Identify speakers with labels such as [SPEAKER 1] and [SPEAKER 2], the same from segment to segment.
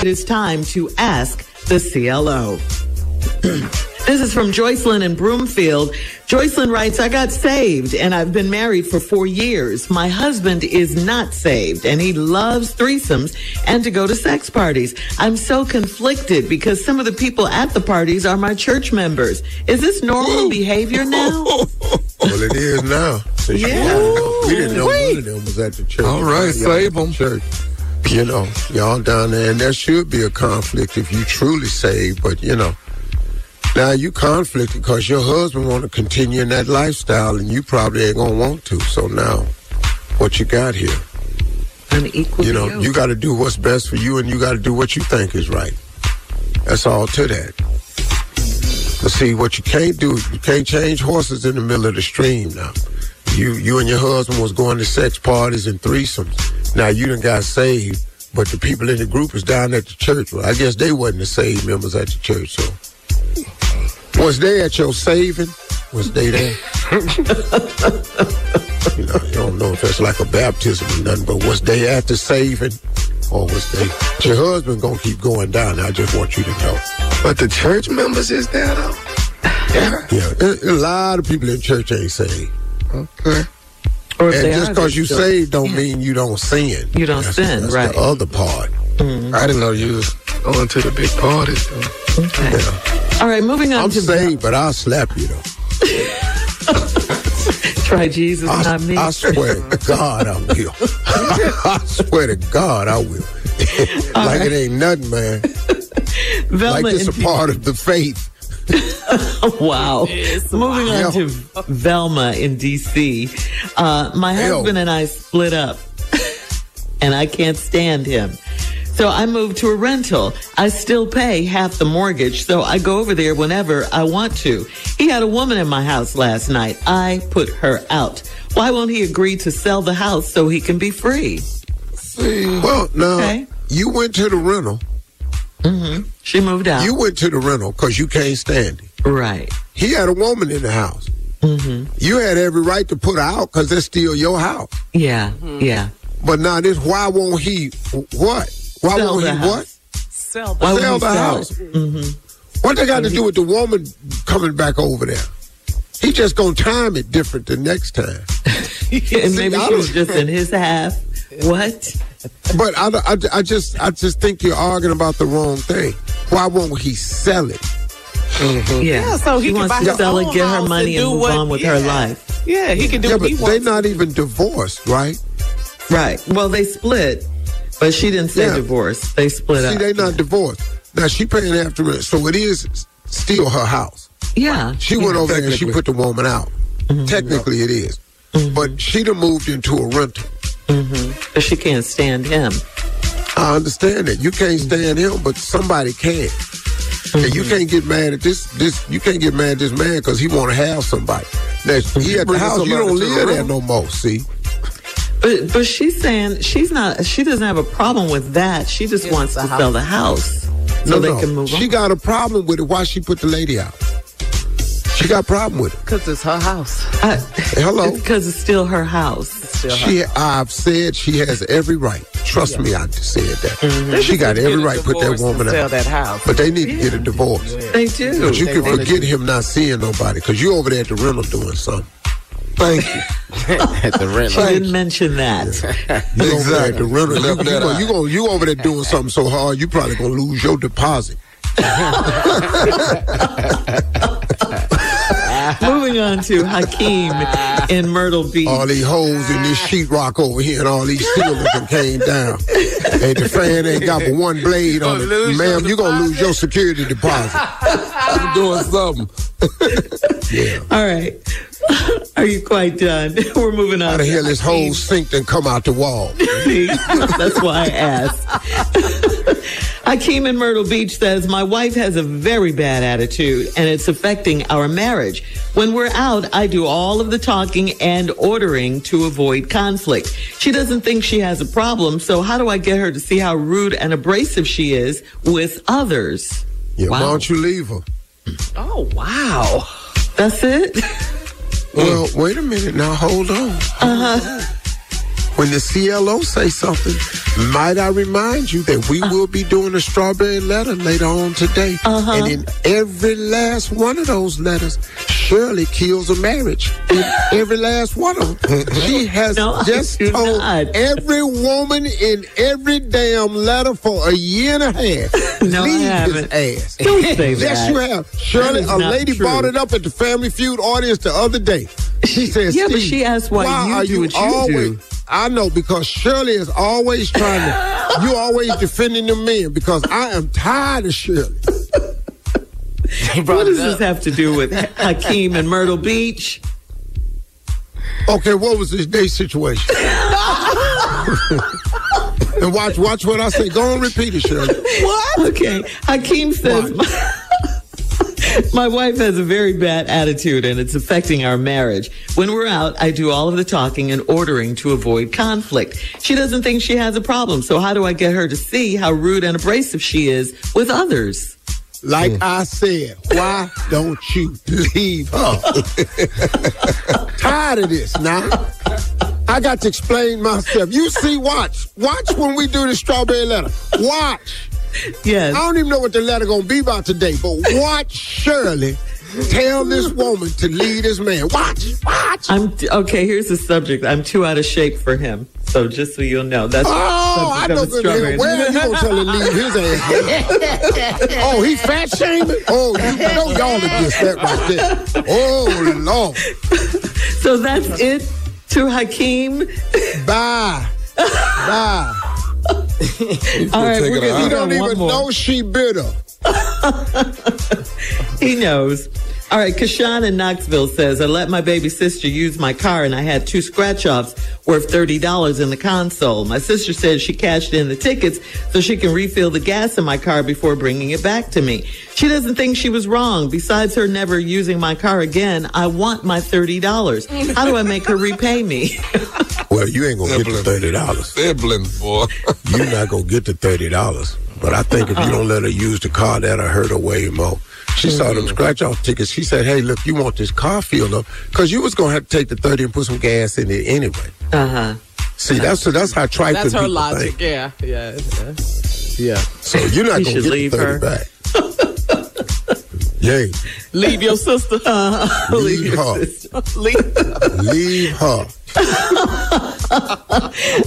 [SPEAKER 1] It is time to ask the CLO. this is from Joycelyn in Broomfield. Joycelyn writes, I got saved and I've been married for four years. My husband is not saved and he loves threesomes and to go to sex parties. I'm so conflicted because some of the people at the parties are my church members. Is this normal behavior now?
[SPEAKER 2] Well, it is now. Since you
[SPEAKER 1] Yeah.
[SPEAKER 2] wanted to go. We didn't know
[SPEAKER 1] Wait.
[SPEAKER 2] one of them was at the church.
[SPEAKER 3] All right,
[SPEAKER 2] Y'all at
[SPEAKER 3] save
[SPEAKER 2] the
[SPEAKER 3] 'em.
[SPEAKER 2] Church. You know, y'all down there, and there should be a conflict if you truly saved, but you know. Now you conflicted because your husband want to continue in that lifestyle, and you probably ain't gonna want to. So now, what you got here?
[SPEAKER 1] I'm equal
[SPEAKER 2] You
[SPEAKER 1] to
[SPEAKER 2] know,
[SPEAKER 1] you.
[SPEAKER 2] you got to do what's best for you, and you got to do what you think is right. That's all to that. But see, what you can't do, you can't change horses in the middle of the stream. Now, you you and your husband was going to sex parties and threesomes. Now you done got saved, but the people in the group is down at the church. Well, I guess they wasn't the saved members at the church. So, was they at your saving? Was they there? You know, I don't know if that's like a baptism or nothing, but was they after saving or was they? Your husband gonna keep going down. I just want you to know.
[SPEAKER 3] But the church members is there though.
[SPEAKER 2] Yeah, a, a lot of people in church ain't saved,
[SPEAKER 3] Okay.
[SPEAKER 1] or if
[SPEAKER 2] and
[SPEAKER 1] they
[SPEAKER 2] just
[SPEAKER 1] are,
[SPEAKER 2] because
[SPEAKER 1] they
[SPEAKER 2] you
[SPEAKER 1] still-
[SPEAKER 2] saved don't mean you don't sin.
[SPEAKER 1] You don't
[SPEAKER 2] That's-
[SPEAKER 1] sin,
[SPEAKER 2] that's
[SPEAKER 1] right.
[SPEAKER 2] The other part.
[SPEAKER 3] I didn't know you was going to the big parties. Though.
[SPEAKER 1] Okay. All right, moving on
[SPEAKER 2] I'm
[SPEAKER 1] to
[SPEAKER 2] saved, but I'll slap you though.
[SPEAKER 1] try Jesus,
[SPEAKER 2] I,
[SPEAKER 1] not me.
[SPEAKER 2] I swear to God, I will. I swear to God, I will. like it ain't nothing, man.
[SPEAKER 1] Velma
[SPEAKER 2] like it's
[SPEAKER 1] in
[SPEAKER 2] a part of the faith.
[SPEAKER 1] Wow. Moving on to Velma in DC. Uh, my
[SPEAKER 2] Hell.
[SPEAKER 1] husband and I split up, and I can't stand him. So I moved to a rental. I still pay half the mortgage, so I go over there whenever I want to. He had a woman in my house last night. I put her out. Why won't he agree to sell the house so he can be free?
[SPEAKER 2] Well,
[SPEAKER 1] Mm.
[SPEAKER 2] now
[SPEAKER 1] Okay.
[SPEAKER 2] you went to the rental.
[SPEAKER 1] She moved out.
[SPEAKER 2] You went to the rental because you can't stand it.
[SPEAKER 1] right.
[SPEAKER 2] He had a woman in the house.
[SPEAKER 1] Mm-hmm.
[SPEAKER 2] You had every right to put her out because that's still your house.
[SPEAKER 1] Yeah.
[SPEAKER 2] Mm-hmm.
[SPEAKER 1] Yeah.
[SPEAKER 2] But now this, why won't he? What? Why
[SPEAKER 1] Sell
[SPEAKER 2] won't
[SPEAKER 1] the
[SPEAKER 2] he?
[SPEAKER 1] house.
[SPEAKER 2] What?
[SPEAKER 1] Why would
[SPEAKER 2] Sell
[SPEAKER 1] he
[SPEAKER 2] the
[SPEAKER 1] sell
[SPEAKER 2] house.
[SPEAKER 1] it? Mm-hmm.
[SPEAKER 2] What they got to do with the woman coming back over there? He just gonna time it different the next time.
[SPEAKER 1] and
[SPEAKER 2] See,
[SPEAKER 1] maybe
[SPEAKER 2] I
[SPEAKER 1] she was
[SPEAKER 2] don't-
[SPEAKER 1] just in his half. What?
[SPEAKER 2] But I, I, I just, I just think you're arguing about the wrong thing. Why won't he sell it?
[SPEAKER 1] Yeah.
[SPEAKER 4] so he
[SPEAKER 1] she
[SPEAKER 4] can
[SPEAKER 1] wants
[SPEAKER 4] buy
[SPEAKER 1] to
[SPEAKER 4] his
[SPEAKER 1] sell it,
[SPEAKER 4] own
[SPEAKER 1] get
[SPEAKER 4] house
[SPEAKER 1] her
[SPEAKER 4] and
[SPEAKER 1] money, and,
[SPEAKER 4] do
[SPEAKER 1] move
[SPEAKER 4] what-
[SPEAKER 1] on with her
[SPEAKER 4] yeah.
[SPEAKER 1] life.
[SPEAKER 4] Yeah, he can do
[SPEAKER 2] yeah,
[SPEAKER 4] what
[SPEAKER 2] but
[SPEAKER 4] he
[SPEAKER 2] they're
[SPEAKER 4] wants.
[SPEAKER 2] not even divorced, right?
[SPEAKER 1] Right. Well, they split, but she didn't say
[SPEAKER 2] Yeah.
[SPEAKER 1] divorce. They split
[SPEAKER 2] See,
[SPEAKER 1] up.
[SPEAKER 2] they not divorced. Now she paying after rent, so it is s- still her house.
[SPEAKER 1] yeah. Mm-hmm.
[SPEAKER 2] She went over there and she
[SPEAKER 3] Technically.
[SPEAKER 2] put the woman out. Technically, it is. But she done moved into a rental.
[SPEAKER 1] But she can't stand him.
[SPEAKER 2] I understand that you can't
[SPEAKER 1] Mm-hmm.
[SPEAKER 2] stand him, but somebody can. And you can't get mad at this. This you can't get mad at this man because he want to have somebody. Now
[SPEAKER 1] Mm-hmm.
[SPEAKER 2] he at the
[SPEAKER 3] Bringing
[SPEAKER 2] house, you
[SPEAKER 3] somebody
[SPEAKER 2] don't
[SPEAKER 3] to the
[SPEAKER 2] live there
[SPEAKER 3] room.
[SPEAKER 2] no more. See,
[SPEAKER 1] But but she's saying she's not. She doesn't have a problem with that. She just wants to sell the house so
[SPEAKER 2] no,
[SPEAKER 1] they
[SPEAKER 2] no.
[SPEAKER 1] can move
[SPEAKER 2] She
[SPEAKER 1] on.
[SPEAKER 2] got a problem with it. Why she put the lady out? She got a problem with it.
[SPEAKER 4] Because it's her house.
[SPEAKER 1] I-
[SPEAKER 2] Hello.
[SPEAKER 1] It's because Uh, it's still her house.
[SPEAKER 2] She, I've said she has every right. Trust me, I said that. She got every right. Put that woman
[SPEAKER 4] sell
[SPEAKER 2] out.
[SPEAKER 4] that house.
[SPEAKER 2] But they need to get a divorce.
[SPEAKER 1] They do.
[SPEAKER 2] But you
[SPEAKER 4] They
[SPEAKER 2] can
[SPEAKER 4] wanna
[SPEAKER 2] forget him not seeing nobody because you over there at the rental doing something. Thank you.
[SPEAKER 4] At the rent.
[SPEAKER 2] She
[SPEAKER 1] I didn't mention that.
[SPEAKER 2] You exactly. The rental left that out. You, go, you over there doing something so hard, you probably gonna lose your deposit.
[SPEAKER 1] Moving on to Hakeem in Myrtle Beach.
[SPEAKER 2] All these holes in this sheetrock over here, and all these ceilings that came down. And the fan ain't got but one blade on it.
[SPEAKER 4] lose your
[SPEAKER 2] Ma'am, you gonna lose your security deposit. I'm doing something.
[SPEAKER 1] All right. Are you quite done? We're moving on.
[SPEAKER 2] How the hell this hole sink and come out the wall?
[SPEAKER 1] See? That's why I asked. Hakeem in Myrtle Beach says, My wife has a very bad attitude and it's affecting our marriage. When we're out, I do all of the talking and ordering to avoid conflict. She doesn't think she has a problem, so how do I get her to see how rude and abrasive she is with others?
[SPEAKER 2] Yeah, Why
[SPEAKER 1] Wow.
[SPEAKER 2] don't you leave her?
[SPEAKER 1] Oh, wow. That's it?
[SPEAKER 2] Well,
[SPEAKER 1] Mm.
[SPEAKER 2] wait a minute now. Hold on.
[SPEAKER 1] Uh-huh.
[SPEAKER 2] When the CLO say something, might I remind you that we will be doing a strawberry letter later on today,
[SPEAKER 1] Uh-huh.
[SPEAKER 2] and in every last one of those letters, Shirley kills a marriage. In every last one of them, she has
[SPEAKER 1] No, I
[SPEAKER 2] just
[SPEAKER 1] do
[SPEAKER 2] told
[SPEAKER 1] not.
[SPEAKER 2] every woman in every damn letter for a year and a half.
[SPEAKER 1] No, I
[SPEAKER 2] leave
[SPEAKER 1] haven't.
[SPEAKER 2] his ass.
[SPEAKER 1] Don't say
[SPEAKER 2] Yes,
[SPEAKER 1] that.
[SPEAKER 2] you have. Shirley,
[SPEAKER 1] is
[SPEAKER 2] a
[SPEAKER 1] not
[SPEAKER 2] lady
[SPEAKER 1] true.
[SPEAKER 2] brought it up at the Family Feud audience the other day. She says,
[SPEAKER 1] Yeah, but
[SPEAKER 2] "Steve,
[SPEAKER 1] she asked why you
[SPEAKER 2] are
[SPEAKER 1] do what you
[SPEAKER 2] always,
[SPEAKER 1] do."
[SPEAKER 2] I know because Shirley is always trying to. you always defending the men because I am tired of Shirley.
[SPEAKER 4] He
[SPEAKER 1] What
[SPEAKER 4] brought
[SPEAKER 1] does
[SPEAKER 4] it
[SPEAKER 1] this
[SPEAKER 4] up.
[SPEAKER 1] have to do with Hakeem and Myrtle Beach?
[SPEAKER 2] Okay, what was this day situation? and watch, watch what I say. Go on, repeat it, Shirley.
[SPEAKER 1] What? Okay. Hakeem says,
[SPEAKER 2] What?
[SPEAKER 1] My wife has a very bad attitude and it's affecting our marriage. When we're out, I do all of the talking and ordering to avoid conflict. She doesn't think she has a problem, so how do I get her to see how rude and abrasive she is with others?
[SPEAKER 2] Like I said, why don't you leave her? Tired of this now. I got to explain myself. You see, watch. Watch when we do the strawberry letter. Watch.
[SPEAKER 1] Yes.
[SPEAKER 2] I don't even know what the letter gonna be about today, but watch Shirley tell this woman to leave this man. Watch, watch.
[SPEAKER 1] I'm okay. Here's the subject. I'm too out of shape for him. So just so you'll know, that's
[SPEAKER 2] Oh, I
[SPEAKER 1] the
[SPEAKER 2] know
[SPEAKER 1] subject of
[SPEAKER 2] good
[SPEAKER 1] the
[SPEAKER 2] man.
[SPEAKER 1] strawberry.
[SPEAKER 2] Where you gonna tell him to leave his ass? alone? oh, he fat shaming? Oh, you know y'all against that right there. Oh Lord.
[SPEAKER 1] So that's it to Hakeem.
[SPEAKER 2] Bye. Bye.
[SPEAKER 1] All right, we're
[SPEAKER 2] You
[SPEAKER 1] gonna
[SPEAKER 2] don't
[SPEAKER 1] do one
[SPEAKER 2] even
[SPEAKER 1] more.
[SPEAKER 2] know she bitter.
[SPEAKER 1] He knows. All right, Kashawn in Knoxville says, I let my baby sister use my car and I had two scratch offs worth $30 in the console. My sister says she cashed in the tickets so she can refill the gas in my car before bringing it back to me. She doesn't think she was wrong. Besides her never using my car again, I want my $30. How do I make her repay me?
[SPEAKER 2] Well, you ain't gonna get the thirty dollars.
[SPEAKER 5] Siblings, boy.
[SPEAKER 2] You're not gonna get the thirty dollars. But I think if you don't let her use the car, that'll hurt her way more. She saw them scratch off tickets. She said, "Hey, look, you want this car filled up? Cause you was gonna have to take the thirty and put some gas in it anyway." Uh huh. See, that's that's how trifling
[SPEAKER 6] That's her
[SPEAKER 2] people
[SPEAKER 6] logic.
[SPEAKER 2] think.
[SPEAKER 6] Yeah, yeah, yeah.
[SPEAKER 2] So you're not
[SPEAKER 1] You
[SPEAKER 2] gonna
[SPEAKER 1] should
[SPEAKER 2] get
[SPEAKER 1] leave
[SPEAKER 2] the thirty
[SPEAKER 1] her.
[SPEAKER 2] back. Yay!
[SPEAKER 6] Leave your sister.
[SPEAKER 1] Uh,
[SPEAKER 2] Leave her.
[SPEAKER 6] Leave.
[SPEAKER 2] Leave her.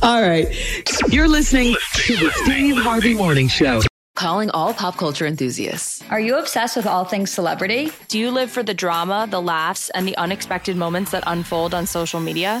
[SPEAKER 1] All right.
[SPEAKER 7] You're listening to the Steve Harvey Morning Show.
[SPEAKER 8] Calling all pop culture enthusiasts.
[SPEAKER 9] Are you obsessed with all things celebrity?
[SPEAKER 10] Do you live for the drama, the laughs, and the unexpected moments that unfold on social media?